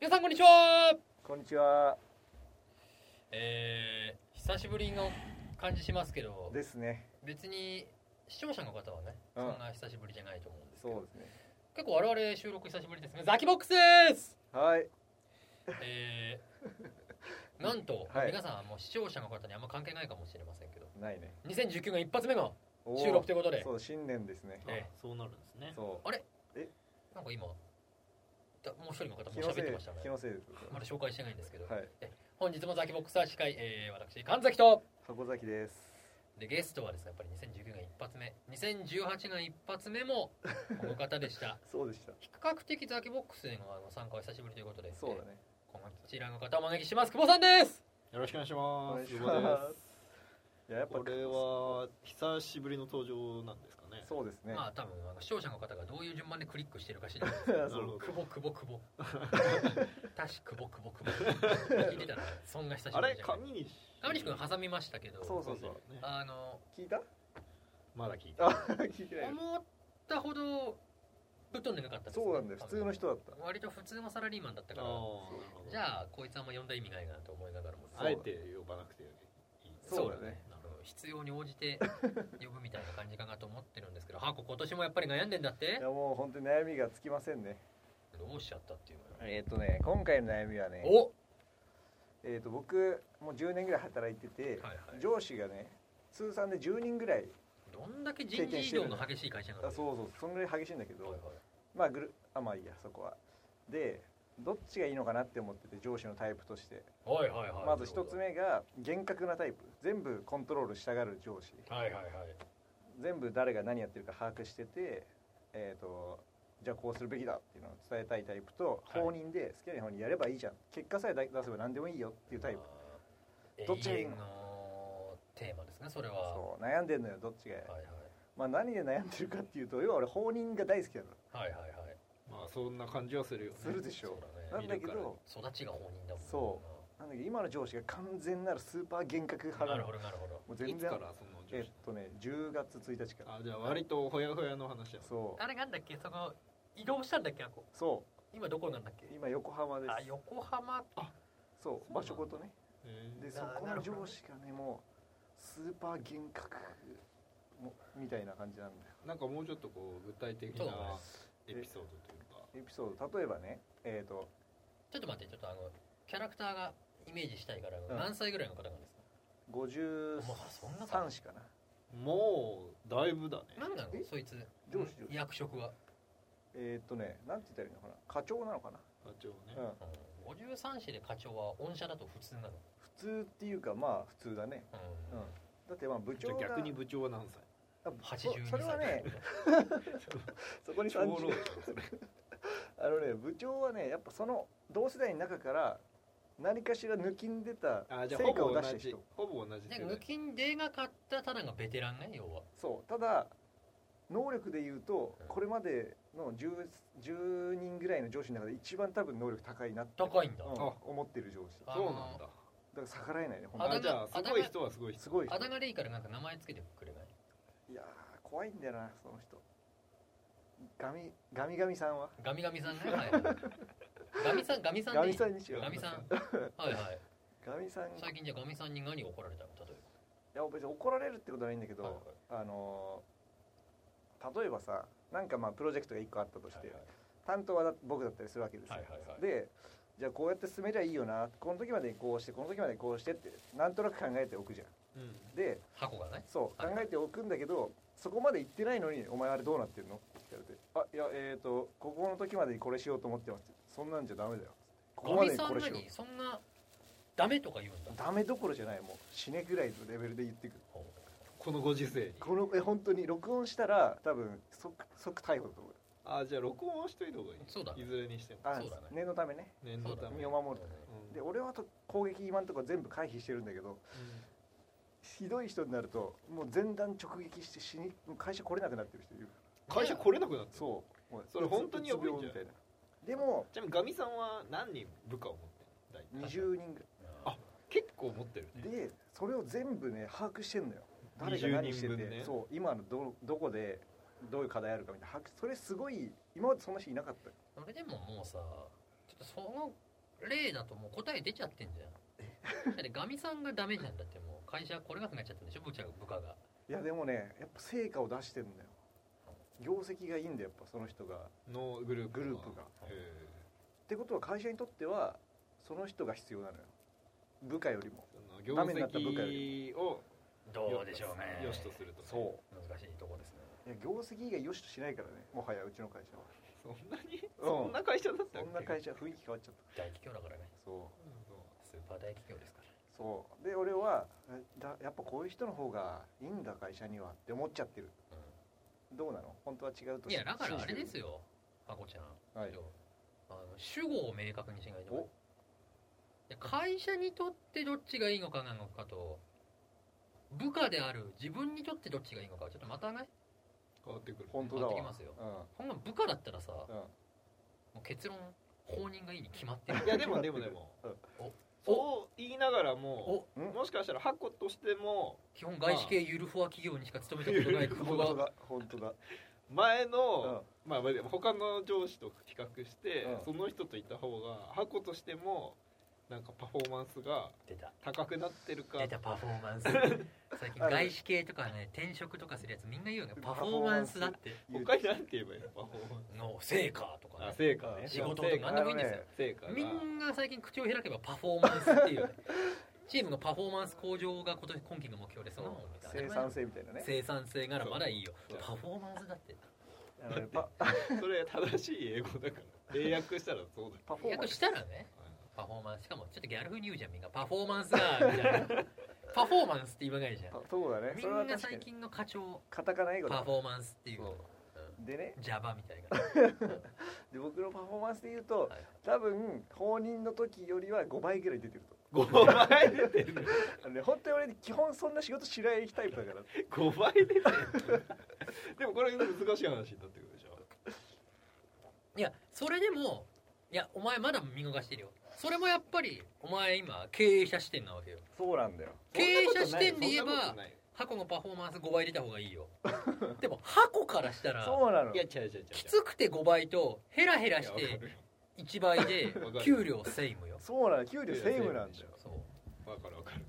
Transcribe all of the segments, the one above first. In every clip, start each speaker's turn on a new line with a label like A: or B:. A: 皆さんこんにちは
B: こんにちは
A: えー、久しぶりの感じしますけど
B: ですね
A: 別に視聴者の方はねそ
B: うん
A: んな久しぶりじゃないと思うんですけ
B: そう
A: ど
B: ですね
A: 結構我々収録久しぶりですねザキボックスです
B: はい
A: えー、なんと、
B: はい
A: 皆さんはもう視聴者の方にあんま関係ないかもしれませんけど
B: ないね
A: 2019年一発目の
B: おー
A: 収録ということで
B: そう新年ですね
A: ええ
C: あそうなるんですね
B: そ
A: なんか今だもう一人の方も
B: う
A: 喋ってましたね
B: 気のせいです
A: まだ紹介してないんですけど、
B: はい
A: 本日もザキボックスは司会、えー、私神崎と
B: 箱崎です
A: でゲストはですねやっぱり2019年一発目2018年一発目もこの方でした
B: そうでした
A: 比較的ザキボックスへのあの参加は久しぶりということで
B: そうだね
A: こちらの方をお招きします久保さんです
C: よろしくお願いし
B: お
C: ま
B: 願い
C: す
B: し
C: 久
B: ま
C: 保です
B: すいややっぱ
C: これは久しぶりの登場なんですかね
B: そうですね
A: まあ多分あの視聴者の方がどういう順番でクリックしてるか知らない
B: そう
C: なるほど
A: 久保久保久保確か久保久保久保聞いてたらそんな久し
C: あ
A: ぶり
C: れ
A: じゃない
C: 神西
A: 上西君挟みましたけど
B: そうそうそう
C: ね
A: あの
B: 聞いた
C: まだ聞いて
B: あ聞いてない
A: 思ったほどぶっ飛んでなかったですね
B: そうなんだよ普通の人だった
A: 割と普通のサラリーマンだった
C: あ
A: か
C: あ
A: らじ
C: あ
A: ゃあこいつあんま呼んだ意味ないなと思いながらも
B: そう
C: あえて呼ばなくていい
B: そうだね
A: あの必要に応じて呼ぶみたいな感じかなと思ってるんですけ どハコ今年もやっぱり悩んでんだっ
B: い
A: て
B: やもう本当に悩みがつきませんね
A: どうしちゃったっていうのよ
B: えっとね今回の悩みはね
A: お
B: えっと僕もう10年ぐらい働いてて
A: はいはい
B: 上司がね通算で10人ぐらい
A: どんだけ人事異動の激しい会社なんだ
B: あそうそうそんぐらい激しいんだけ
A: はい
B: ど
A: はい
B: まあグルあまあいいやそこはでどっちがいいのかなって思ってて上司のタイプとして
A: はいはいはい
B: まず一つ目が厳格なタイプ全部コントロールしたがる上司
A: はいはいはい
B: 全部誰が何やってるか把握しててえっ、とじゃあこうするべきだっていうのを伝えたいタイプと
A: はい
B: 放任で好きな方にやればいいじゃん結果さえ出せば何でもいいよっていうタイプ
A: プ
B: どっちがいいの
A: のテーマですねそれは
B: そう悩んでんのよどっちが
A: はい
B: まあ何で悩んでるかっていうと要は俺放任が大好きなの
A: はいはいはいはい
C: まあそんな感じはするよね
B: するでしょ
A: そうだ
B: な
A: ね
B: んだけ
C: 見るか
B: ど
A: 育ちが放任だもんな
B: そなんだけど今の上司が完全なるスーパー厳格派
A: な
B: な
A: る
B: の
A: ほどなるほど
B: もう
C: い
B: 全
C: つか
B: 然
C: らその上
B: え
C: 司
B: っとね10月1日から
C: あじゃあ割とほやほやの話や
B: そう
A: あれなんだっけその移動したんだっけあこ
B: そ
A: 今どこなんだっけ
B: う今横浜です
A: あ横浜
B: そ
C: そう
B: う
C: な
B: 場
C: んだ
B: 所ごとね
C: えー
B: で
A: あ
B: そこ
A: なる
B: の
A: ほどね
B: 上司がねもうスーパー厳格もみたいな感じなんだよ
C: なんかもうちょっとこう具体的
A: そう
C: な
A: だね
C: エピソードというか
B: エピソード例えばねえっ、と
A: ちょっと待ってちょっとあのキャラクターがイメージしたいから、
B: ん
A: 何歳ぐらいの方なんですか
B: 53
A: もうそんなさ
B: 子かな
C: もうだいぶだね
A: 何なの
B: え
A: そいつ
B: 上司上司
A: 役職は、
B: えっ、とねなんて言ったらいいのかな課長なのかな、
C: 課長ね
B: うん、
A: うん、53市で課長は御社だと普通なの、
B: 普通っていうかまあ普通だね
A: う
B: うんだってまあ部
C: じゃ
B: 長
C: あ
B: が
C: 逆に部長は何歳
B: あ
A: 82歳
B: そそ れはねそこに
C: 長老
B: 30あのね部長はねやっぱその同世代の中から何かしら抜きんでた
C: あじゃあ
B: 成
C: ほ
B: 果を
C: ぼ
B: 出
C: 同
B: した
C: じ
B: 人
C: ほぼ同じ
A: で
C: 世代
A: 抜きんでが買ったただがベテランね要は
B: そうただ能力で言うと
A: うん
B: これまでの 10, 10人ぐらいの上司の中で一番多分能力高いなって、
A: 高いんだ、
B: うん
C: あ
B: 思ってる上司だ
A: あ
B: か
C: そうなんだ
B: ら逆らえないねほん
A: あ
B: と
A: だ
C: あ
A: か
C: じゃあすごい人はすごい人
B: すごい人
A: あだ名でいいからなんか名前つけてくれない
B: いやー怖いんだよなその人ガミガミガミさんは
A: ガミガミ さんねはいはいガミさんガミさん
B: ガ
A: でい
B: ミ
A: い
B: さんにしよう
A: ガ ミさんはいはい
B: ガミさんい
A: 最近じゃあガミさんに何が怒られたの例え
B: や別に怒られるってことはないんだけど、
A: はい
B: あのー例えばさなんかまあプロジェクトが1個あったとして、
A: ばはいはい
B: 担当はだ僕だったりするわけですよ、
A: はいはいはい
B: でじゃあこうやって進めりゃいいよなこの時までこうしてこの時までこうしてってなんとなく考えておくじゃん
C: うん
B: で
A: 箱がね
B: そう考
A: はい
B: えておくんだけどそこまで行ってないのに「お前あれどうなってるの?」って言われて「あいやえっ、ー、とここの時までにこれしようと思ってます」そんなんじゃダメだよ」ここ
A: ガ
B: ま
A: ミ
B: でに
A: さ
B: こ
A: ん
B: れしよ
A: 何そんなダメとか言うんだ
B: うダメどころじゃないもう死ねぐらいのレベルで言ってくる
C: このご時世に
B: このえ本当に録音したら多分即即逮捕だと思う
C: あじゃあ録音をしといた方がいい
A: そうだね
C: いずれにしても
B: あ
A: そうだね
B: 念のためね
C: 念のため
B: 身を守る
A: ため
C: うん
B: で俺はと攻撃今んとこ全部回避してるんだけど
C: う
B: ひどい人になるともう前段直撃して死にもう会社来れなくなってる人いる
C: ん会社来れなくなった
B: そうもう
C: それ本当にやばいんじゃん
B: うつ病みたいなでも
C: ちなみにガミさんは何人部下を持ってるの大体
B: 20人ぐ
A: あ
C: 結構持ってる
B: らい
C: ね
B: でそれを全部ね把握してんのよ誰が
C: 20
B: 何してて、
C: 人分ね
B: そう今のどどこでどういう課題あるかみたいな把握それすごい今までそんな人いなかったよ
A: それでももうさちょっとその例だともう答え出ちゃってんじゃんだってガミさんがダメじゃんだってもう会社来れなくなっちゃったんでしょ部長部下が
B: いやでもねやっぱ成果を出してるんだよ業績がいいんだよやっぱその人がっ
C: のグループ
B: グループが
C: え
B: てことは会社にとってはその人が必要なのよ部下よりも
C: ーその
B: ダメになった
C: 業
B: 部下よ
C: 績を
A: どうでしょうね
C: よしとするとね
B: そ
A: 難しいとこですね
B: いや業績以外よしとしないからねもはやうちの会社は
C: そんなに
B: うん
C: そんな会社だったっ
B: そ
C: け
B: んな会社雰囲気変わっちゃった
A: 大企業だからね
B: そう
A: スーパー大企業ですから
B: そうで俺はえだやっぱこういう人の方がいいんだ会社にはって思っちゃってるどうなの本当は違うと
A: いやだからあれです
B: よ、
A: よまこちゃん、
B: はい
A: どうあの主語を明確にしないと
B: お
A: いや会社にとってどっちがいいのかなのかと部下である自分にとってどっちがいいのかはちょっとまたね
C: 変わってくる
B: 本当だわ
A: 変わってきますよ
B: う
A: ほんま部下だったらさも
B: んうん
A: う結論放任がいいに決まってる
C: いやでもでもでもそう言いながらも
B: おん
C: もしかしたら箱としても
A: 基本外資系ゆるふわ企業にしか勤めたことない久保
B: 本当
A: が
B: だ本当だ
C: 前
B: うん
C: のまあまあでも他の上司と比較して
B: うん
C: その人といた方が箱としてもなんかパフォーマンスが
A: 出た
C: 高くなってるか
A: 出たパフォーマンス最近
B: ある
A: 外資系とかね転職とかするやつみんな言うのよパフォーマンスだって
B: 言う
C: 他に何て言えばいいのパフォーマン
A: の成果とか
C: スあ
A: ね
C: 成果ね
A: 仕事
C: 成
A: と
C: 果
A: か何でもいいんですよ
C: 成果が
A: みんな最近口を開けばパフォーマンスっていう ねチームのパフォーマンス向上が今年今期の目標ですなもんみたい
B: 生
A: な
B: 産性みたいなね
A: 生産性ならまだいいよ
C: そう
A: パフォーマンスだって
B: あのね パ
C: それ正しい英語だから英訳したら そうだ
B: パフォーマ
A: 訳
B: ンス
A: したらねパフォーマンスしかもちょっとギャル風に言うじゃんみんなパフォーマンスだみたいなパフォーマンスって言わないじゃん
B: パそうだね
A: み
B: それは
A: んな
B: 確か
A: 最
B: に
A: 近の課長
B: カタカナ英語
A: パ
B: だ
A: フォーマンスっていう
B: そう
A: う
B: でね
A: ん Java みたいな、
B: で僕のパフォーマンスで言うと
A: はい
B: 多分放任の時よりは5倍ぐらい出てると
C: 5倍出てる
B: あのね本当に俺基本そんな仕事しないタイプだから
C: 5倍出てるでもこれ難しい話になってくるでしょ
A: いやそれでもいやお前まだ見逃してるよそれもやっぱりお前今経営者視点なわけよ
B: そうなんだよ
A: 経営者視点で言えば
C: そんなことない
A: 箱のパフォーマンス5倍出た方がいいよでも箱からしたら
B: そうなの
C: いや違う違う違う
A: きつくて5倍とヘラヘラ
C: いや
A: し
C: わか
A: て
C: る
A: 1倍で
C: わかる
A: 給料セイムよ
B: そうなの給料セームなんだよ
A: そう
C: わかるわかる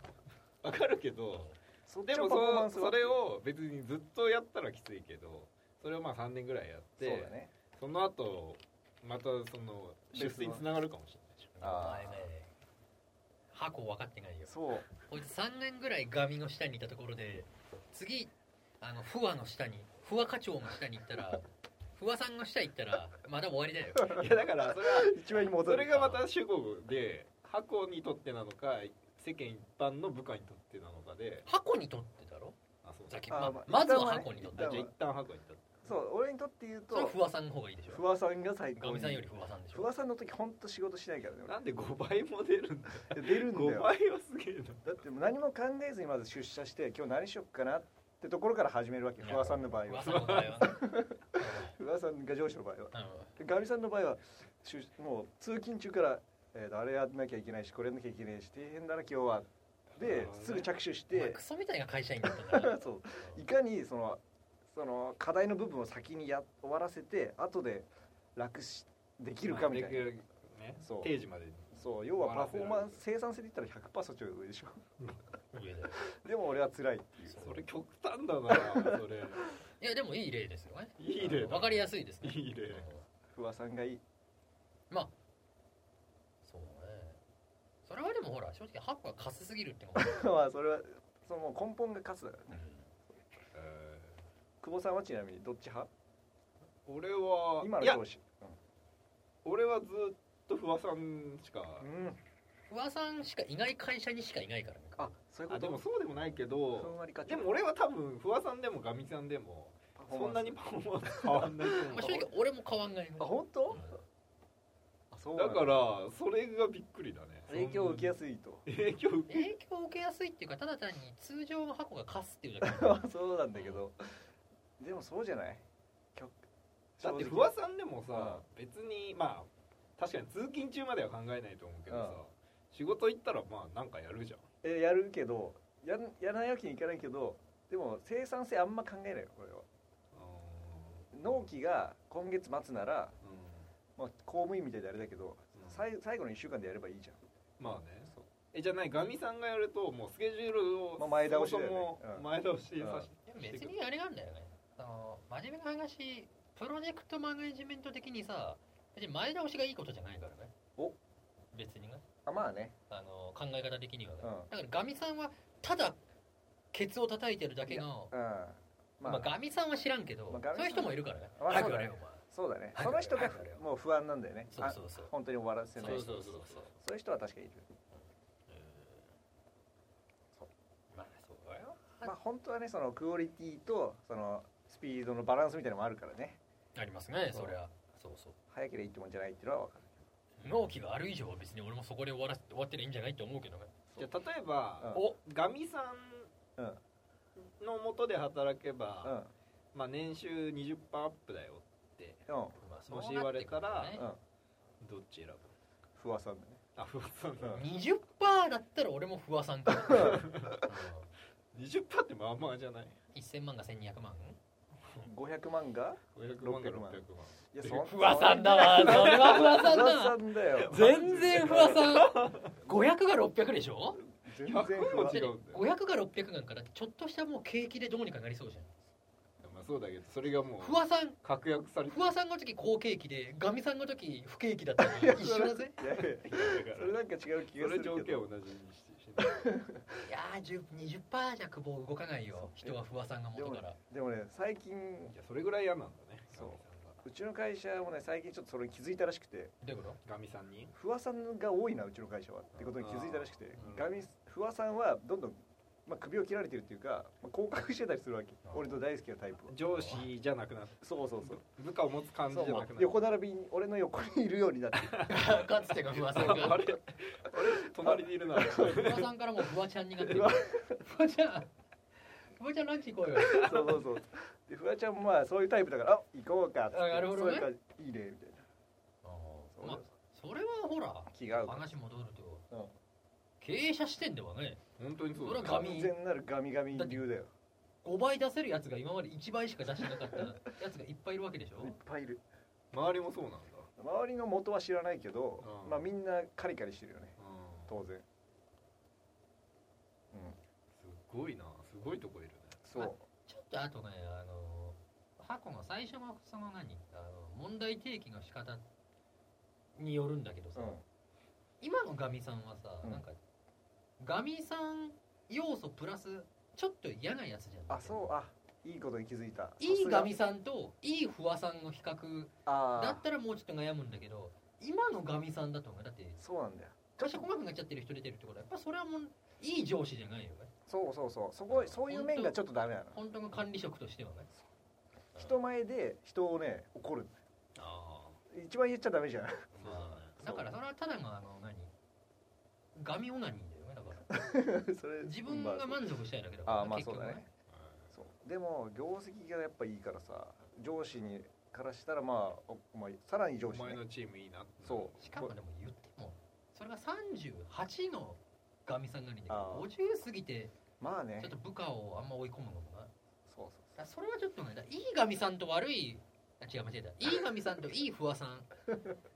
C: わかるけど
B: そっ
C: で
B: ち
C: も
B: のパフォーマンス
C: そ
B: は
C: それを別にずっとやったらきついけどそれをまあ3年ぐらいやっ
B: そう
C: て
B: だね
C: その後またその出世につながるかもしれないでし
A: お
B: あ
A: 前ね箱分かってないよ
B: そう
A: こいつ3年ぐらいガミの下にいたところで次あの不和の下に不和課長の下に行ったら不和さんの下行ったらまだ終わりだよ
C: ょいやだか らそれは
B: 一番に戻
C: そ
B: る
C: れがまた主語で箱にとってなのか世間一般の部下にとってなのかで
A: 箱にとってだろ
C: あそう
A: さっき
B: あ
A: ま
B: まあ
A: まずは
B: 一旦はね
A: 箱にとって
B: 一旦
C: あじゃあ一旦箱にとっ
B: そう俺にとって言う
A: それは
B: と
A: 不和さんの方がいいでしょ
B: 不破さんが最高
A: ガミ
B: に
A: さんより不和さんでし
B: 不
A: ょ
B: 破さんの時本当仕事しないからね
C: てなんで5倍も出るんだ
B: 俺出るんだ
C: 5倍
B: よ
C: はすげえな
B: だってもう何も考えずにまず出社して今日何しよっかなってところから始めるわけ不破さんの場合
A: 不和
B: は
A: さんの場合はね
B: 不破さんが上司の場合は
A: うんうん
B: でガミさんの場合は出もう通勤中から、えーとあれやんなきゃいけないしこれやんなきゃいけないし大変だな今日は
C: なる
B: で
C: ほどね
B: すぐ着手し
A: お前
B: て
A: クソみたいな会社員だったんだ から
B: そういかにそのその課題の部分を先にや終わらせて後で楽しできるかみたいな
C: まあできるね
B: そう
C: 定時までに
B: そう要はパフォーマンス生産性で言ったら100%そっちが上でしょ
A: いやだよ
B: でも俺は辛いっていう
C: それ極端だ なそれ
A: いやでもいい例ですよね
C: いい例だ
A: わかりやすいですね
C: いい例
A: うん
B: 不破さんがいい
A: まあそうねそれはでもほら正直箱がカスすぎるってこと
B: まあそれはそのもう根本が勝つだからね
C: え
B: 久保さんはちなみにどっち派
C: ー俺は
B: 今
C: い
B: の
C: や
B: 上司
C: 俺はずっと不破さんしか
B: うん、うん、
A: 不和さんしかいない会社にしかいないからね
B: あそういうこ
C: あ
B: と
C: でもそうでもないけ
B: ふん
C: ど
B: わり勝ち
C: でも俺は多分不破さんでもガミさんでも
B: パフォーマンス
C: そんなにパフォーマンス変わんないと
A: まあ、正
C: 思
A: 直俺も変わんない
B: あ
A: の
B: 本当あそうう
C: だ
B: だ
C: か
B: から
C: らそれがびっくりだね
B: 影響を受けや
C: い
B: すいと
C: 影響を受け
A: 影響を受けやすいっていうかただ単に通常の箱がカスっていうだ け
B: そうなんだけどでもそうじゃない曲
C: だって
B: 正直
C: 不破さんでもさ別にまあ確かに通勤中までは考えないと思うけどさ
B: う
C: 仕事行ったらまあなんかやるじゃん
B: えやるけどやんやらないわけにいかないけどでも生産性あんま考えないよ俺は納期が今月末なら、
C: うん
B: まあ、公務員みたいであれだけど最最後の1週間でやればいいじゃん
C: まあね
B: そう
C: えじゃあないガミさんがやるともうスケジュールを
B: まあ前倒しだ
C: そ
B: よ
C: も
B: ね
C: そも
B: うん
C: 前倒しさせ
A: でも別にあれなんだよねあの真面目な話プロジェクトマネジメント的にさ別に前倒しがいいことじゃないからね
B: お
A: 別にね
B: あまあね
A: あの考え方的にはね、
B: うん
A: だからガミさんはただケツを叩いてるだけの
B: うんま
A: ま
B: あ、
A: あ、ガミさんは知らんけど、
B: まあガミ
A: そういう
B: さん
A: 人もいるからね
B: まあ
A: 早
B: そう
A: くや
B: だ
A: れ
B: ね
A: よお前
B: そうだね
A: はい
B: その人が
A: はい
B: もう不安なんだよね
A: そうそうそう
B: あ本当に終わらせ
A: そう
B: ない
A: そうそうそう
B: そういう人は確かにいる
A: そうまあそうだよ
B: まあ本当はねそのクオリティとそのスピードのバランスみたいなのもあるからね
A: ありますね
B: そ
A: そうりゃそうそう
B: 早ければいいってもんじゃないっていうのは分かる
A: 納期がある以上は別に俺もそこで終わらせ終わってりゃいいんじゃないって思うけどね
C: ていくじゃあ例えば、
A: お
C: ガミさ
B: うん
C: んのもとで働けば、
B: うん
C: まあ、年収20%アップだよって
B: うん
A: まあ
C: もし言われたら
B: うん
C: どっち選ぶ
B: 不破さんだね
C: あ不安そう
B: う
C: だ
B: ん
A: 20%だったら俺も不破さんかな、うん、
C: 20%ってまあまあじゃない
A: 1000万が1200万
B: 500万が
C: 500万か600万
B: いや
A: 不破さんだわそれは不破さん
B: 不
A: だ
B: 破さ
A: わ
B: んだよ
A: 全然不破さ ん500が600でしょ
B: 全然
C: 100
B: 不
C: も
B: 破
C: 違
A: 500
C: うんだよ、
A: が600なんからちょっとしたもう景気でどうにかなりそうじゃん
C: まあ、そうだけどそれがも
A: 不
C: う
A: 破さん
C: 確約されて
A: 不破さんの時好景気でガミさんの時不景気だったのに一緒だぜ
B: いやいや
C: るから
B: それなんか違う気がす
C: それ
B: るけ
C: 条
B: ど
C: 件を同じにしてしてない
A: いやー10 20%じゃ久保動かないよ人は不破さんが元から
B: でもね最近
C: いやそれぐらい嫌なんだね
B: そううちの会社もね最近ちょっとそれに気づいたらしくて
A: どういうこ
C: ガミさんに
B: 不破さんが多いなうちの会社はってことに気づいたらしくて
C: あー
B: ガミ不破さんはどんどん、まあ、首を切られてるっていうか、まあ、降格してたりするわけ
A: あー
B: 俺の大好きなタイプは
C: 上司じゃなくなって
B: そうそうそう
C: 部下を持つ感じじ
B: そう
C: ゃ
B: も
C: な
B: う
C: くなって
B: 横並びに俺の横にいるようになって
A: と かつてが不破さんが
C: あれ 隣にいる な
A: 不破さんからもう不破ちゃんになってる
B: うわ
A: 不破ちゃん不破ちゃんランチ行こうよ
B: そうそうそうでフワちゃんもまあそういうタイプだからあ行こうかっつって
A: あなるほどね
B: そうやったらいいねみたいなそう
A: まあそれはほら
B: 気が合うから
A: 話戻ると
B: うん
A: 経営者視点ではね
C: 本当にそうだ
A: それはガ
C: よ
A: ミ
B: 完全なるガミガミ流だよ
A: 5倍出せるやつが今まで1倍しか出してなかったやつがいっぱいいるわけでしょ
B: いっぱいいる
C: 周りもそうなんだ
B: 周りの元は知らないけど、
C: うん
B: まあみんなカリカリしてるよね
C: うん
B: 当然うん
C: すごいなすごいとこいるね
B: そう
A: ちょっとあとね、あの、箱の最初のその何、あの問題提起の仕方によるんだけどさ、
B: うん
A: 今のガミさんはさ、
B: うん
A: なんか、ガミさん要素プラス、ちょっと嫌なやつじゃん。
B: あそうあいいことに気づいた
A: いいガミ
B: さ
A: さんといいフワさんの比較
B: すが
A: だ
B: あ
A: っ
B: あ
A: たらもうちょっと悩むんだけど、今のガミさんだと思う。だって、
B: そうなんだよちょ
A: 会
B: っ
A: 社
B: と
A: 細くなっちゃってる人出てるってことは、やっぱそれはもう、いい上司じゃないよね。
B: そうそうそうそこそういう面がちょっとダメなの
A: 本当の管理職としてはね。
B: 人前で人をね怒る
A: ああ。
B: 一番言っちゃダメじゃん
C: そうだね
A: だからそれはただのあの何ガミオナニーだよね だから
B: それ
A: 自分
B: ま
A: が
B: あ
A: 満足したいだけだから
B: ああまあ
A: 結
B: そう
A: 局
B: だねそうでも業績がやっぱいいからさ上司にからしたらまあおまあさらに上
C: お
B: 司、ね
C: 前、のチームいいなって
B: そう
A: しかもでも言ってもそれが38のガミさんがにだけ
B: ああ
A: ど50過ぎて
B: まあね
A: ちょっと部下をあんま追い込むのもなだか
B: そうそう
A: らそれはちょっとねだからいいガミさんと悪いあ違う間違え たいいガミさんといいフワさん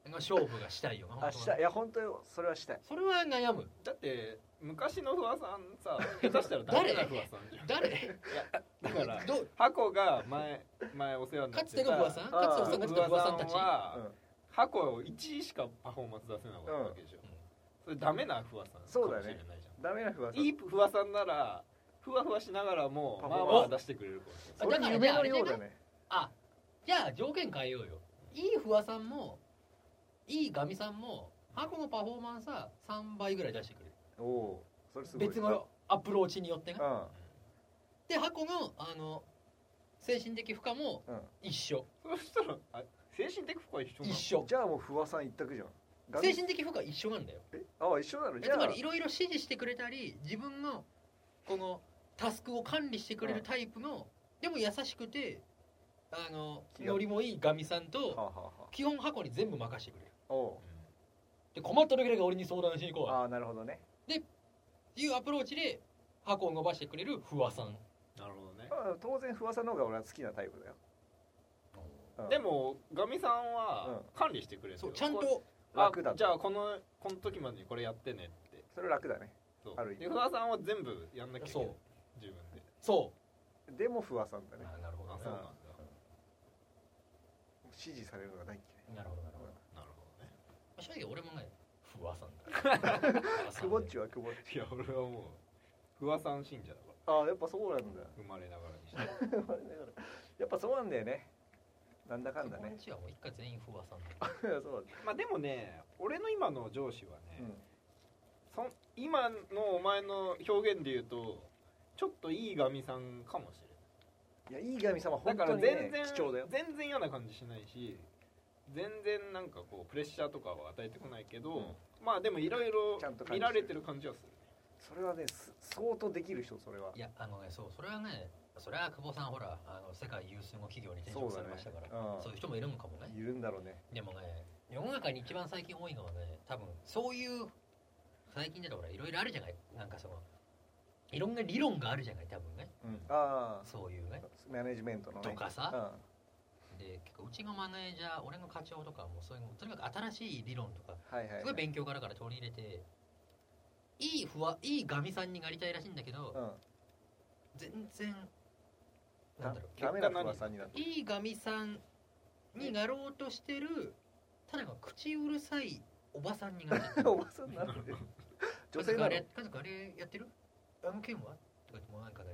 A: の勝負がしたいよな
B: あ
A: 本
B: し
A: 当
B: た
A: はい
B: や本当よそれはしたい
A: それは悩む
C: だって昔の不破さんさ 下手したら誰が不破さんじゃん
A: 誰
C: だから
A: どう
C: 箱が前前お世話にな
A: か
C: っ
A: つ
C: て
A: て
C: た
A: のフワさん
B: あ
A: かつてのさ
B: あ
A: んかつての
C: 不
A: フワ
C: 破
A: さ
C: さ
A: ん
C: ん
A: たち
B: う
C: は
B: ん
C: 箱を1位しかパフォーマンス出せなかったわけでしょ、
A: うん
C: それダメな不破さん
B: そうだね
C: かもしれないじゃん
B: ダメな不破さん
C: いい不破さんならふわふわしながらも
B: パフォ
C: ま
B: ーマンス
C: あまあ出してくれるかもしれない
B: それ
A: だから
B: 夢のようだね
A: あじゃあ条件変えようよいいフワさんもいいガミさんも箱のパフォーマンスは3倍ぐらい出してくれる
B: おおーそれすごい
A: 別のアプローチによってね
B: うんうん
A: で箱のあの精神的負荷も一緒
C: そうしたらあ精神的負荷は一緒な
A: 一
C: の
A: 緒
B: じゃあもう不破さん一択じゃんガミ
A: 精神的負荷は一緒なんだよ
B: えあ一緒なの
A: え
B: じ
A: つ
B: ゃあ
A: まりいろいろ指示してくれたり自分のこのタスクを管理してくれるタイプのでも優しくてあの
B: 気が
A: ノリもいいガミさん
B: はあ、
A: と
B: はあは
A: 基本箱に全部任せてくれる
B: あ、お
A: で困った時だけ俺に相談しに行こ
B: お
A: う
B: ああなるほどね
A: いうアプローチで箱を伸ばしてくれる不破さん
C: なるほどね
B: まあ当然不破さんの方が俺は好きなタイプだよ、うん
C: でもガミさんは管理してくれるよ
A: そうちゃん
C: こと
B: 楽だ
C: あじゃあこのこの時までにこれやってねって
B: それ楽だね
C: そう
B: ある意味
C: で不破さんは全部やんなきゃいけない
D: そう
C: 自分で
D: そ
B: でも不破さんだ
D: う
B: ね
D: あなるほど
C: あ
D: ね
C: そうなんだ
B: 支持されるのが大嫌い
D: なるほどなるほど
C: なるほどね
A: 正直俺もね
D: 不破さんだ
B: くぼっちはくぼっち
C: いや俺はもう不破さん信者だから
B: ああやっぱそうなんだ
C: 生まれながらにして
B: だから やっぱそうなんだよねなんだかんだ
A: こん
B: ね
A: にちはもう一回全員不破さん
B: そうだね
C: まあでもね俺の今の上司はね、
B: うん
C: そん今のお前の表現で言うとちょっといい神さんかもしれない
B: いやいい神様
C: だ
B: 本
C: か
B: 当
C: ら
B: に、
C: 全
B: ね
C: 然、
B: 貴重だよ
C: 全然嫌な感じしないし全然なんかこうプレッシャーとかは与えてこないけど、まあでもいろいろ
B: ちゃんと感じてる
C: 見られてる感じはする
B: それはねす相当できる人それはい
A: やあのねそうそれはねそれは久保さんほらあの世界有数の企業に転
B: そ
A: 職
B: う
A: さ
B: だ
A: れ
B: ね
A: ましたからそう,、
B: うん
A: いう人もいるのかもね
B: いるんだろうね
A: でもね世の中に一番最近多いのはね多分そういう最近だとほらいろいろあるじゃないなんかそのいろんな理論があるじゃない多分ね
B: うんああ
A: そういうね
B: マネジメントのね
A: とか
B: う
A: さ
B: ん
A: で結構うちのマネージャー俺の課長とかもそういうとにかく新しい理論とか
B: はいはい、
A: すごい勉強家だから取り入れていいふわいいガミさんになりたいらしいんだけど、
B: うん
A: 全然
B: だ
A: なんだろ
B: ダメな不破さんになって
A: ういいガミさんになろうとしてるただの口うるさいおばさんになって
B: る おばさんになってる女性
A: あ
B: なの
A: れ家族あれやってるあの件はとか言ってもうなんかね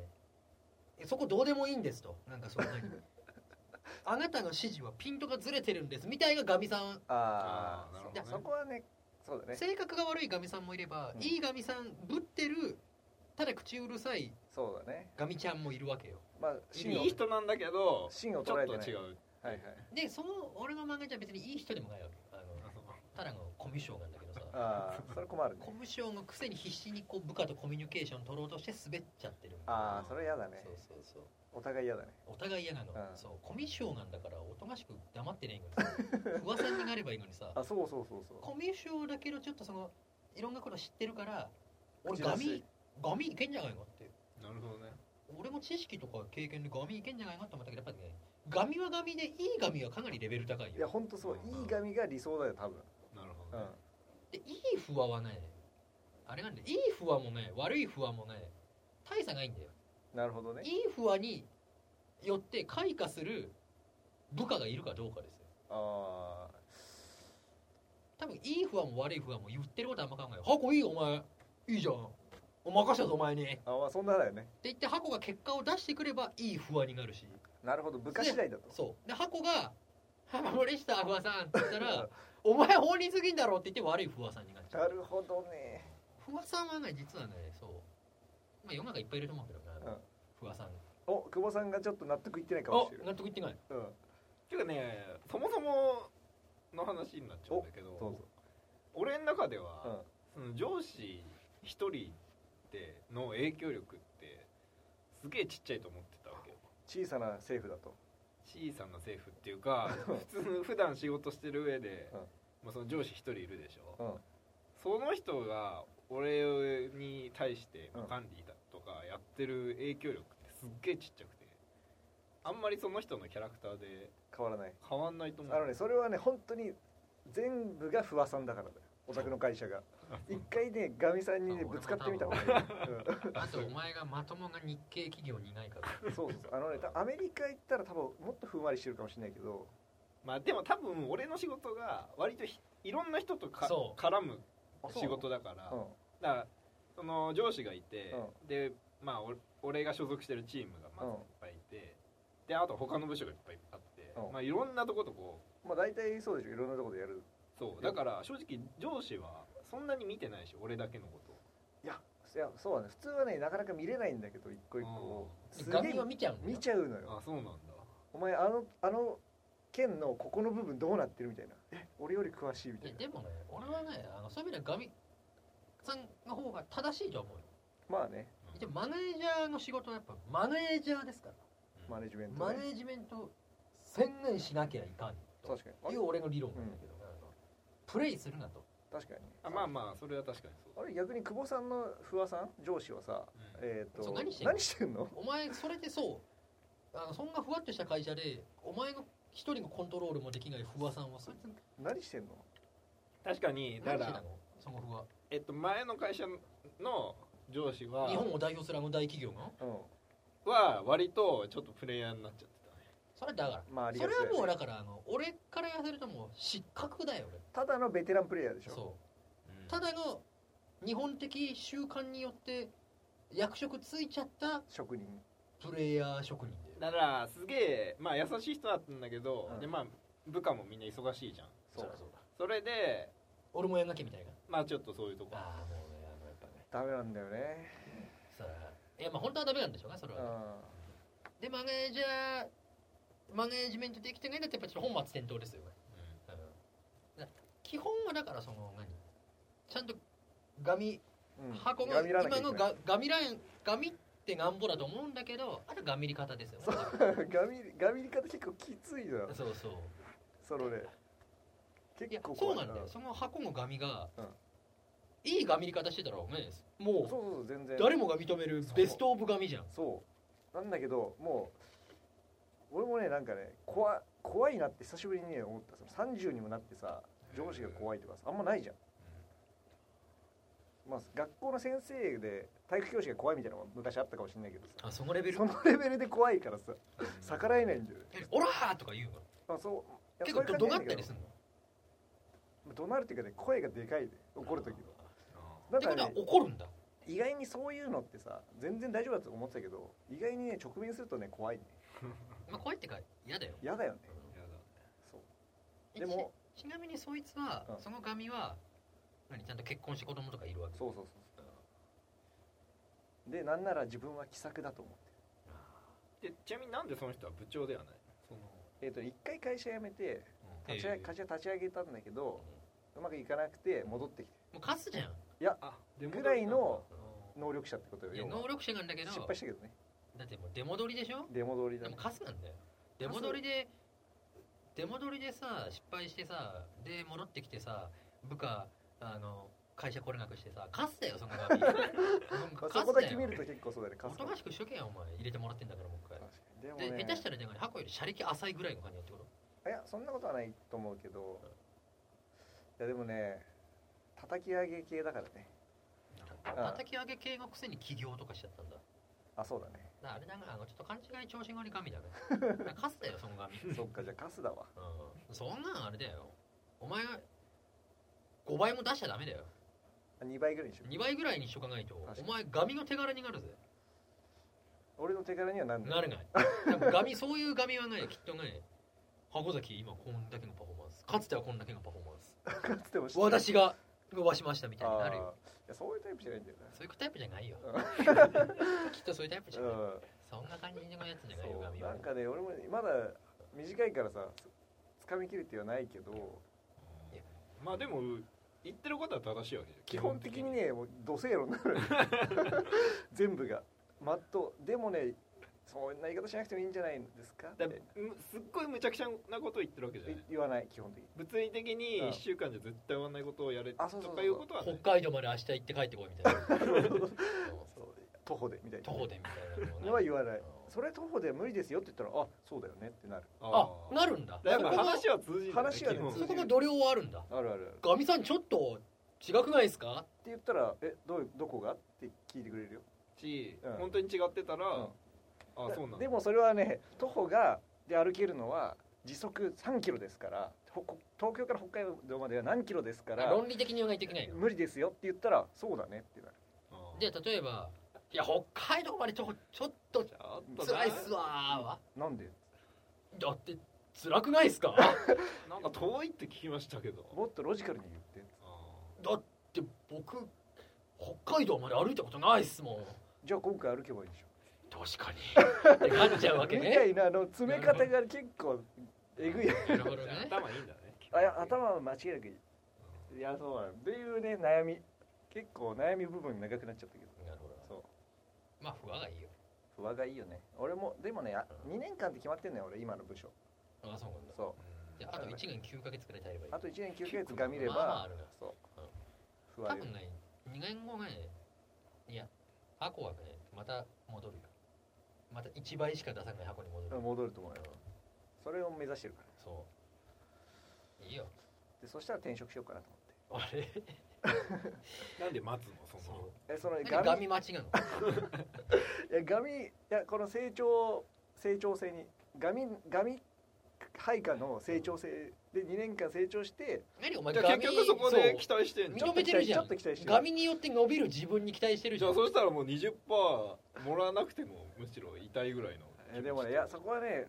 A: えそこどうでもいいんですとなんかそんなに あなたの指示はピントがずれてるんですみたいなガミさん
B: あ
C: あーなる
B: あ
C: ほどね
B: そこはねそうだね
A: 性格が悪いガミさんもいれば、
B: うん
A: いいガミさんぶってるただ口うるさい
B: そうだね
A: ガミちゃんもいるわけよ
B: まあ
C: い
B: 芯を
C: い人なんだけど
B: 芯を
C: ち
B: 捉
C: ょっ
B: え
C: と
B: てない
C: 違う
B: はいはい
A: でその俺の漫画じゃ別にいい人でもないわけあのただのコミュ障なんだけどさ
B: ああそれ困るね
A: コミュ障のくせに必死にこう部下とコミュニケーション取ろうとして滑っちゃってる
B: ああそれ嫌だね
A: そうそうそう
B: お互い嫌だね
A: お互い嫌なの、
B: うん
A: そうコミュ障なんだからおとなしく黙ってねえの にさ不破さんになればいいのにさ
B: あそうそうそうそう
A: コミュ障だけどちょっとそのいろんなこと知ってるから俺
B: 口出
A: ガ
B: し
A: ミガミいけんじゃないのって
C: なるほどね
A: 俺も知識とか経験でガミいけんじゃないのって思ったけどやっぱりねガミはガミでいいガミはかなりレベル高い
B: いや
A: よ
B: 本当そういい髪が理想だよ多分
C: なるほ
B: う
C: ど
B: ん
C: ね、
A: でいい不和はねあれなんでいい不和もね悪い不和もね大差ないんだよ
B: なるほどね
A: いい不和によって開花する部下がいるかどうかですよ
B: ああ
A: 多分いい不和も悪い不和も言ってることあんま考えない箱いいよお前いいじゃんお任せだぞお前にって
B: あまあそんなだよね
A: 言って箱が結果を出してくればいい不和になるし
B: なるほど部下次第だと
A: そうで箱 が「は守りした不和さん」って言ったら「お前放任すぎんだろ」って言って悪い不和さんになっちゃ
B: な
A: う
B: るほどね
A: 不和さんはね実はねそう、まあ、世の中いっぱいいると思うけどな、
B: うん
A: 不和さんあ
B: お久保さんがちょっと納得いってない顔してる
A: 納得いってない
B: うん
C: ていうかねそもそもの話になっちゃうんだけど
B: どうぞ
C: 俺の中で
B: うん
C: は、その上司一人での影響力ってすげえちっちゃいと思ってたわけ
B: 小さな政府だと
C: 小さな政府っていうか普通普段仕事してる上で、
B: うん
C: まあ、その上司一人いるでしょ、
B: うん
C: その人が俺に対して
B: うん
C: 管理だとかやってる影響力ってすっげえちっちゃくてあんまりその人のキャラクターで
B: 変わらない
C: 変わんないと思う
B: あのねそれはね本当に全部が不破さんだからだよお宅の会社が一回ねガミさんにねぶつかってみた方がいい、
A: あとお前がまともな日系企業にいないから
B: うん、そうそうそうあのねたアメリカ行ったら多分もっとふんわりしてるかもしれないけど
C: まあでも多分俺の仕事が割とひいろんな人とか
A: そう
C: 絡む
B: あそう
C: 仕事だから、
B: うん
C: だからその上司がいて、
B: う
C: でまあお俺が所属してるチームがまずいっぱいいて、であと他の部署がいっぱいあって、
B: うん
C: まあいろんなとことこう
B: まあ大体そうでしょいろんなところでやる
C: そうだから正直上司はそんなに見てないし俺だけのことを
B: いやいやそうだね普通はねなかなか見れないんだけど一個一個をすげ
A: 画
B: え
A: 面は見ちゃうんだ
B: 見
A: よ
B: ちゃうのよ
C: あそうなんだ
B: お前あのあの剣のここの部分どうなってるみたいなえ俺より詳しいみた
A: で
B: いな
A: でもね俺はねあのそういう意味ではガミさんの方が正しいと思うよ
B: まあね
A: でマネージャーの仕事はやっぱマネージャーですから
C: うん
B: マネジメント
A: マ
B: ね
A: ネージメント専念しなきゃいかんと
B: 確かにあ
A: い
B: れ
A: う俺の理論なんだけど、あのプレイするなと
B: 確かに
C: あまあまあそれは確かにそうだ
B: あれ逆に久保さんの不破さん上司はさ、
C: うん
B: えっ、
A: そ
B: と
A: う何してんの
B: 何してんの
A: お前それでそうあのそんなふわっとした会社でお前の一人のコントロールもできない不破さんはそいつ
B: 何してんの
C: 確かにだ
A: 何
C: か
A: してた
C: ら、
A: のそのふは
C: えっと、前の会社の上司は
A: 日本を代表するあの大企業が
B: う
C: は割とちょっとプレイヤーになっちゃってたね
A: それだから
B: んまああり
A: そ
B: が
A: れ
B: ち
A: は
B: だ
A: も
B: よ
A: う
B: ね
A: だからあの俺から言わせるともう失格だよ
B: ただのベテランプレイヤーでし
A: 俺
B: ょ
A: そうただの日本的習慣によって役職ついちゃった
B: 職人
A: プレイヤー職人だよ
C: だからすげえ、まあ、優しい人だったんだけど、
B: うん
C: でまあ、部下もみんな忙しいじゃん
B: そう
A: りゃそうだ
C: それで
A: 俺もやんなきゃみたいな
C: まあちょっとそういうとこ
A: ああもうねあのやっぱね
B: ダメなんだよね
A: さあいやまあ本当はダメなんでしょうねそれ
B: う
A: はね、でマネージャーマネージメントできてないんだってやっぱちょっと本末転倒ですよね、うんだ基本はだからその何ちゃんとガミ
B: んうん
A: 箱の、
B: ガミらなきゃ
A: 今
B: いけない
A: のガガミラインガミってなんぼだと思うんだけどあれガミり方ですよね
B: そうガミ ガミり方結構きついな
A: そうそう
B: そのね
A: いや
B: 結構
A: そう
B: 怖い
A: なんだよその箱のガミが、
B: うん
A: いいガミり方してたらね
B: そう
A: も
B: そうそう全
A: う
B: 然
A: 誰もが認めるベストオブガミじゃん
B: そうなんだけどもう俺もねなんかね怖怖いなって久しぶりにね思ったその30にもなってさ上司が怖いとかさあんまないじゃん、まあ、学校の先生で体育教師が怖いみたいなのも昔あったかもしれないけどさ
A: あそのレベル
B: そのレベルで怖いからさ逆らえないんだよね、
A: えオラーとか言うの
B: まあ、そうい
A: 結
B: やそう
A: 構
B: い
A: ど
B: う感じ
A: どがっ
B: じゃないけ
A: た
B: ど
A: りするの
B: 怒鳴るっていうかね声がでかいで怒る時の
C: う
B: だ
A: って
B: か
A: こと
B: ら、
A: は
B: ね、
A: 怒るんだ
B: 意外にそういうのってさ全然大丈夫だと思ってたけど意外にね直面するとね怖いね
A: まあ怖いってか嫌だよ
B: 嫌だよね
C: んやだ
B: そう
A: え
B: でも
A: ちちなみにそいつは、
B: うん
A: その髪は何ちゃんと結婚して子供とかいるわけ
B: そうそうそうそうでなんなら自分は気さくだと思って
C: でちなみになんでその人は部長ではないその、
B: るえっ、と一回会社辞めて
C: うん
B: 立ち上げ
C: えー
B: 会社立ち上げたんだけど
A: も
B: うまくいかなくて戻ってき
A: うカスじゃん
C: あでも
B: ぐらいのて能力者ってことよ
A: いや
B: 要は
A: 能力者なんだけど
B: 失敗したけどね
A: だってもう出戻りでしょ
B: 出戻りだ
A: でも
B: ね
A: カスなんだよ出戻りで出戻りでさ失敗してさで戻ってきてさ部下あの会社来れなくしてさカスだよその髪 なんか
B: まあ、そ
A: カ
B: こ
A: ス
B: だ
A: だ
B: け
A: よ
B: 見ると結構そうだねカ
A: お
B: ス
A: となしくしとけやお前入れてもらってんだからもう一回
B: でも
A: で
B: ね
A: 下手したらだから箱より車力浅いぐらいの感じだってこと
B: いやそんなことはないと思うけどいやでもね叩き上げ系だからねあ
A: 叩き上げ系のくせに起業とかしちゃったんだ
B: あそうだね
A: だからあれだなあのちょっと勘違い調子乗り 神だねだからカスだよその神、うん、
B: そっかじゃあカスだわ
A: そんなんあれだよお前は5倍も出しちゃダメだよ
B: 2倍ぐらいにしよう
A: 2倍ぐらいにしとかないと
B: 確か
A: お
B: に
A: 前ガミの手柄になるぜ
B: 俺の手柄にはなんない
A: なれない多分ガミそういうガミはないきっとね箱崎今こんだけのパフォーマンスかつてはこんだけのパフォーマンス
B: かつても知ってる
A: 私が伸ばしましたみたいに
B: あ
A: な
B: あ
A: る
B: い
A: よ
B: やそういうタイプじゃないんだよ
A: そういうタイプじゃないよ
B: う
A: きっとそういうタイプじゃない
B: な、うん、
A: そんな感じのやつじゃないよガ
B: そう
A: ミ
B: な
A: は
B: んかね俺もまだ短いからさつ掴みきれてはないけど
A: いや
C: まあでも言ってることは正しいわけじゃん
B: 基本的にねもう土星論になる 全部がまっとうでもねそんな言い方しなくてもいいんじゃないですかっ
C: だ
B: て
C: むすっごい無茶苦茶なことを言ってるわけじゃない
B: 言わない基本的に
C: 物理的に1週間じゃ絶対終わんないことをやれと
B: あそうそうそう
C: かいうことはない
A: 北海道まで明日行って帰ってこいみたいなそう
B: そう徒歩でみたいな
A: 徒歩でみたいな
B: のは言わないそれ徒歩で無理ですよって言ったらあそうだよねってなる
A: あ
C: ー
A: なるんだ
C: だから
A: そこが
C: 話は通じる
B: 話はね
A: そこが度量はあるんだ
B: あるあるある
A: ガミさんちょっと違くないですか
B: って言ったら「えどうどこが?」って聞いてくれるよ、
C: し、
B: うん
C: 本当に違ってたら、
B: うん
C: あ
B: だ
C: そうなんだ
B: でもそれはね徒歩がで歩けるのは時速3キロですからほこ東京から北海道までは何キロですから
A: 論理的に言わないといけないの
B: 無理ですよって言ったらそうだねってなる
C: あー
A: じゃあ例えば「いや北海道までちょちょっと
C: ちょっと
A: 辛いっすわ
B: なんで
A: ーだって辛くないっす か
C: なんか遠いって聞きましたけど
B: もっとロジカルに言って
C: あ
A: だって僕北海道まで歩いたことないっすもん
B: じゃあ今回歩けばいいでしょ
A: 確かにってなっちゃうわけ
B: みた
A: ね
B: いなあの詰め方が結構えぐい
A: なるほど
C: ーじゃあ
A: ね
C: 頭いいんだね
B: あいや頭は間違いなくいいいやそうなのっていうね悩み結構悩み部分長くなっちゃったけど
A: なるほど
B: そう
A: まあ不安がいいよ
B: 不和がいいよね俺もでもねあ
A: うん
B: 2年間って決まってんのよ俺今の部署
A: あそうなんだ
B: そ
A: じゃああと1年9ヶ月くらい耐えればいう
B: あ
A: い
B: と1年9ヶ月が見れば、
A: まあまああるな
B: そう
A: うん
B: 不
A: 多
B: 和よ
A: 分ね2年後ねいや箱はねまた戻るよまた1倍しか出さない箱に戻る
B: 戻ると思うよそれを目指してるから
A: そういいよ
B: でそしたら転職しようかなと思っ
A: あ
B: て
A: れ
C: なんで待つのその
A: そ
B: えその
A: う何
B: ガ
A: ガ
B: ミ
A: ミ待ちなの
B: いやガミいやこの成長成長性にガミガミ配下の成長性で2年間成長して
A: 何お前
C: じゃ
A: ガ
C: あ
A: ミ
C: 結局そこで期
A: そう
C: 待してんじゃん
A: 認めてるじゃん
B: ちょっと期待してる
A: ガミによって伸びる自分に期待してる
C: じ
A: じ
C: ゃ
A: ゃ
C: あ
A: ん
C: そしたらもう20%もらわなくてもむしろ痛いぐらいの
B: えでもねいやそこはね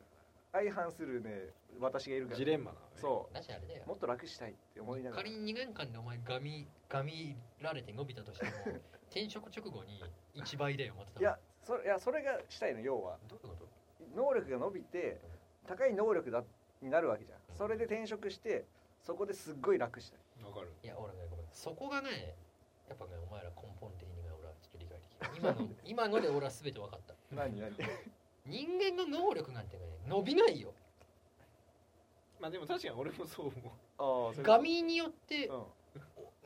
B: 相反するね私がいるから
C: ジレンマなのね
B: そ
A: だしあれだよ
B: うもっと楽したいって思いながら
A: 仮に2年間でお前ガミガミられて伸びたとしても転職直後に1倍だよまた多分
B: いやそれいやそれがしたいの要は
A: どういうこと
B: 能力が伸びて高い能力だになるわけじゃんそれで転職してそこですっごい楽したい
C: わかる
A: いや俺ねごめんそこがねやっぱねお前ら根本的にね俺はちょっと理解できない今の今ので俺は全て分かった
B: 何何
A: 人間の能力なんてね伸びないよ
C: まあでも確かに俺もそう思う
B: ああそれ
A: ガミによって
B: う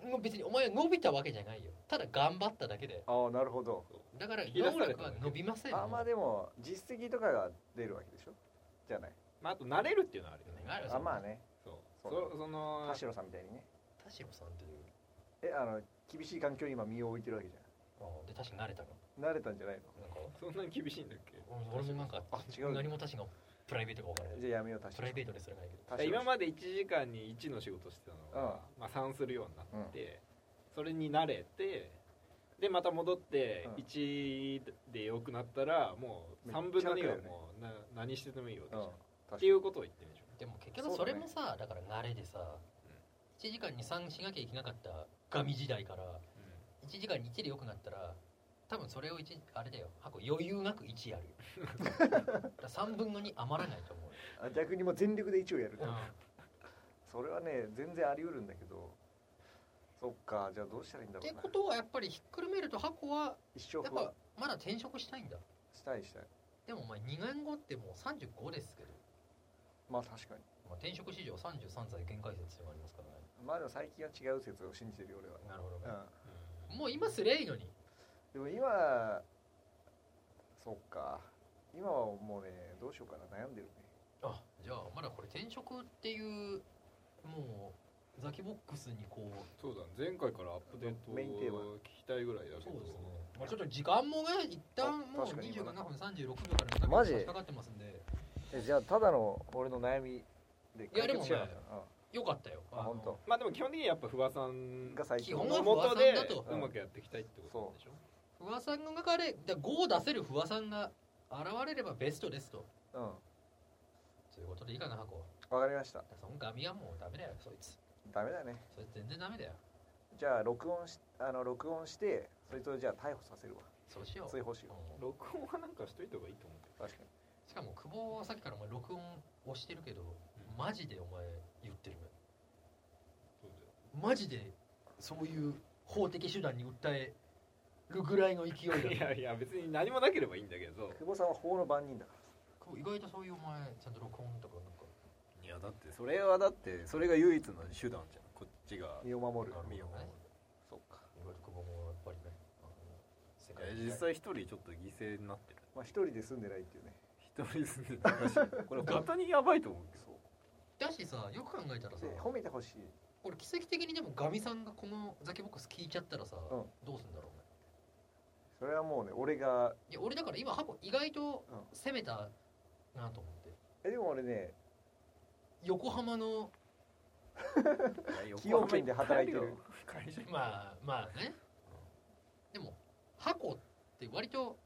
B: ん
A: もう別にお前は伸びたわけじゃないよただ頑張っただけで
B: ああなるほど
A: だから
C: 引き出
A: 能
C: され
A: 力
C: たわ
A: は
C: け
A: 伸びません
B: あーまあでも実績とかが出るわけでしょじゃない
C: まああと慣れるっていうのはあるよね
A: ある
B: あまあね
C: そう
B: そ
C: そうその
B: 田代さんみたいにね
A: 田代さんという
B: えあの厳しい環境に今身を置いてるわけじ
A: あで確かに慣れたの
B: ゃん慣れたんじゃないの
A: なんか
C: そんなに厳しいんだっけ
A: 俺もなんか
B: あ違う
A: 何も確かプライベートが分からない
B: じゃあやめよう田代
A: プライベートですらないけど
B: 田代
C: 今まで1時間に1の仕事してたのが、まあ、3するようになって、それに慣れてでまた戻って
B: うん
C: 1で良くなったらもう3分の2はもうな何しててもいいよ、
B: うん田
C: ってい
B: 代
C: うことを言ってるでしょ
A: でも結局それもさだ,、から慣れでさ、1時間に3しなきゃいけなかったガミ時代から1時間に1で良くなったら多分それを1あれだよ箱余裕なく1やるだ3分の2余らないと思う
B: あ逆にもう全力で一応やる、
A: よ、
B: それはね全然あり得るんだけどそっかじゃあどうしたらいいんだ
A: っ
B: ろ
A: て
B: うな
A: ことはやっぱりひっくるめると箱は
B: 一生
A: やっ
B: 不
A: ぱ
B: 安
A: まだ転職したいんだ
B: したいしたい
A: でもお前2年後ってもう35ですけど、
B: まあ確かに
A: まあ、転職史上33歳限界説とかありますからね
B: まあでも最近は違う説を信じてるよ
A: なるほど
B: 俺
A: ね、
B: は、
A: もう今すりゃいいのに
B: うん、でも今そっか今はもうねどうしようかな悩んでるね
A: あじゃあまだこれ転職っていうもうザキボックスにこう
C: そうだね前回からアップデート
B: メインテーマ
C: を聞きたいぐらいだけ
A: そ
C: ど
A: うですね、まあ、ちょっと時間もね一旦もう
B: 確かに
A: 27
B: 今
A: 分
B: な
A: 36秒からの
B: マジ
A: 差し掛かってますんで
B: えじゃあただの俺の悩みで
A: いや
B: 解
A: でも
B: 決
A: ね
B: しなかったの
A: よかったよ
B: うんあ本当
C: まあでも基本的にやっぱ不破さん
B: が最
A: 基
B: 近
A: 本
C: の
A: は不破さ
C: 元
A: ん
C: で
A: だと
C: うまくやっていきたいってことなんでしょ、
A: 不破さんの中でだ5を出せる不破さんが現れればベストですと
B: うん
A: ということでいいかな箱
B: わかりました
A: そのガミはもうダメだよそいつ
B: ダメだね
A: そいつ全然ダメだよ
B: じゃあ録音しあの録音してそれとじゃあ逮捕させるわ
A: そうしよう、
B: 追放しよ
A: うん
C: 録音はなんかしといた方がいいと思う
B: う確かに
A: しかも久保はさっきからお前録音をしてるけどマジでお前言ってる
C: そうだよ
A: マジでそういう法的手段に訴えるぐらいの勢いだ
C: いやいや別に何もなければいいんだけど
B: 久保さんは法の番人だか
A: 意外とそういうお前ちゃんと録音とかなんか
C: いやだってそれはだってそれが唯一の手段じゃんこっちが
B: ら身を守る
A: なるほどね
C: 身を守る
B: そっか
A: 意外と久保もやっぱりねあの世界
C: いや実際一人ちょっと犠牲になってる
B: まあ一人で住んでないっていうね
C: 一人住ん でたらしいこれ本当にやばいと思うけど
B: そう
A: だしさよく考えたらさ
B: で褒めてほしい
A: 俺奇跡的にでもガミさんがこのザキボックス聞いちゃったらさ、
B: ん
A: どうすんだろうね
B: それはもうね俺が
A: いや俺だから今箱意外と
B: うん
A: 攻めたなと思って
B: えでも俺ね
A: 横浜の
B: 崎陽軒で働いてる
C: 会社まあ
A: まあまあね、でも箱って割と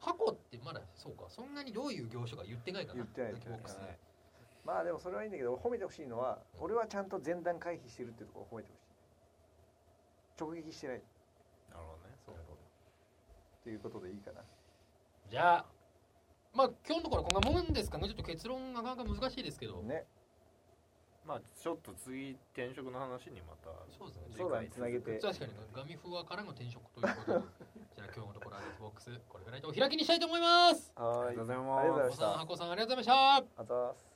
A: 箱ってまだそうかそんなにどういう業種か言ってないかな
B: 言ってない
A: ザキボックスね
C: はい
B: まあでもそれはいいんだけど褒めてほしいのは俺はちゃんと前段回避してるっていうところを褒めてほしい直撃してないっ
C: なるほどね
A: そう
B: ていうことでいいかな
A: じゃあまあ今日のところこんなもんですかねちょっと結論がなかなか難しいですけど、
B: ね
C: まあちょっと次転職の話にまた
A: そうですね
B: そうだねつなげて
A: 確かにガミフアからの転職ということ でじゃあ今日のところはザキボックスこれぐらいでお開きにしたいと思います
B: は
C: あ
B: ー
C: り
B: い
C: がとうござい
B: ありがとうござい
C: ま
B: ま
A: お
B: し
A: さ
B: た
A: ん箱さんありがとうございました
B: あざーす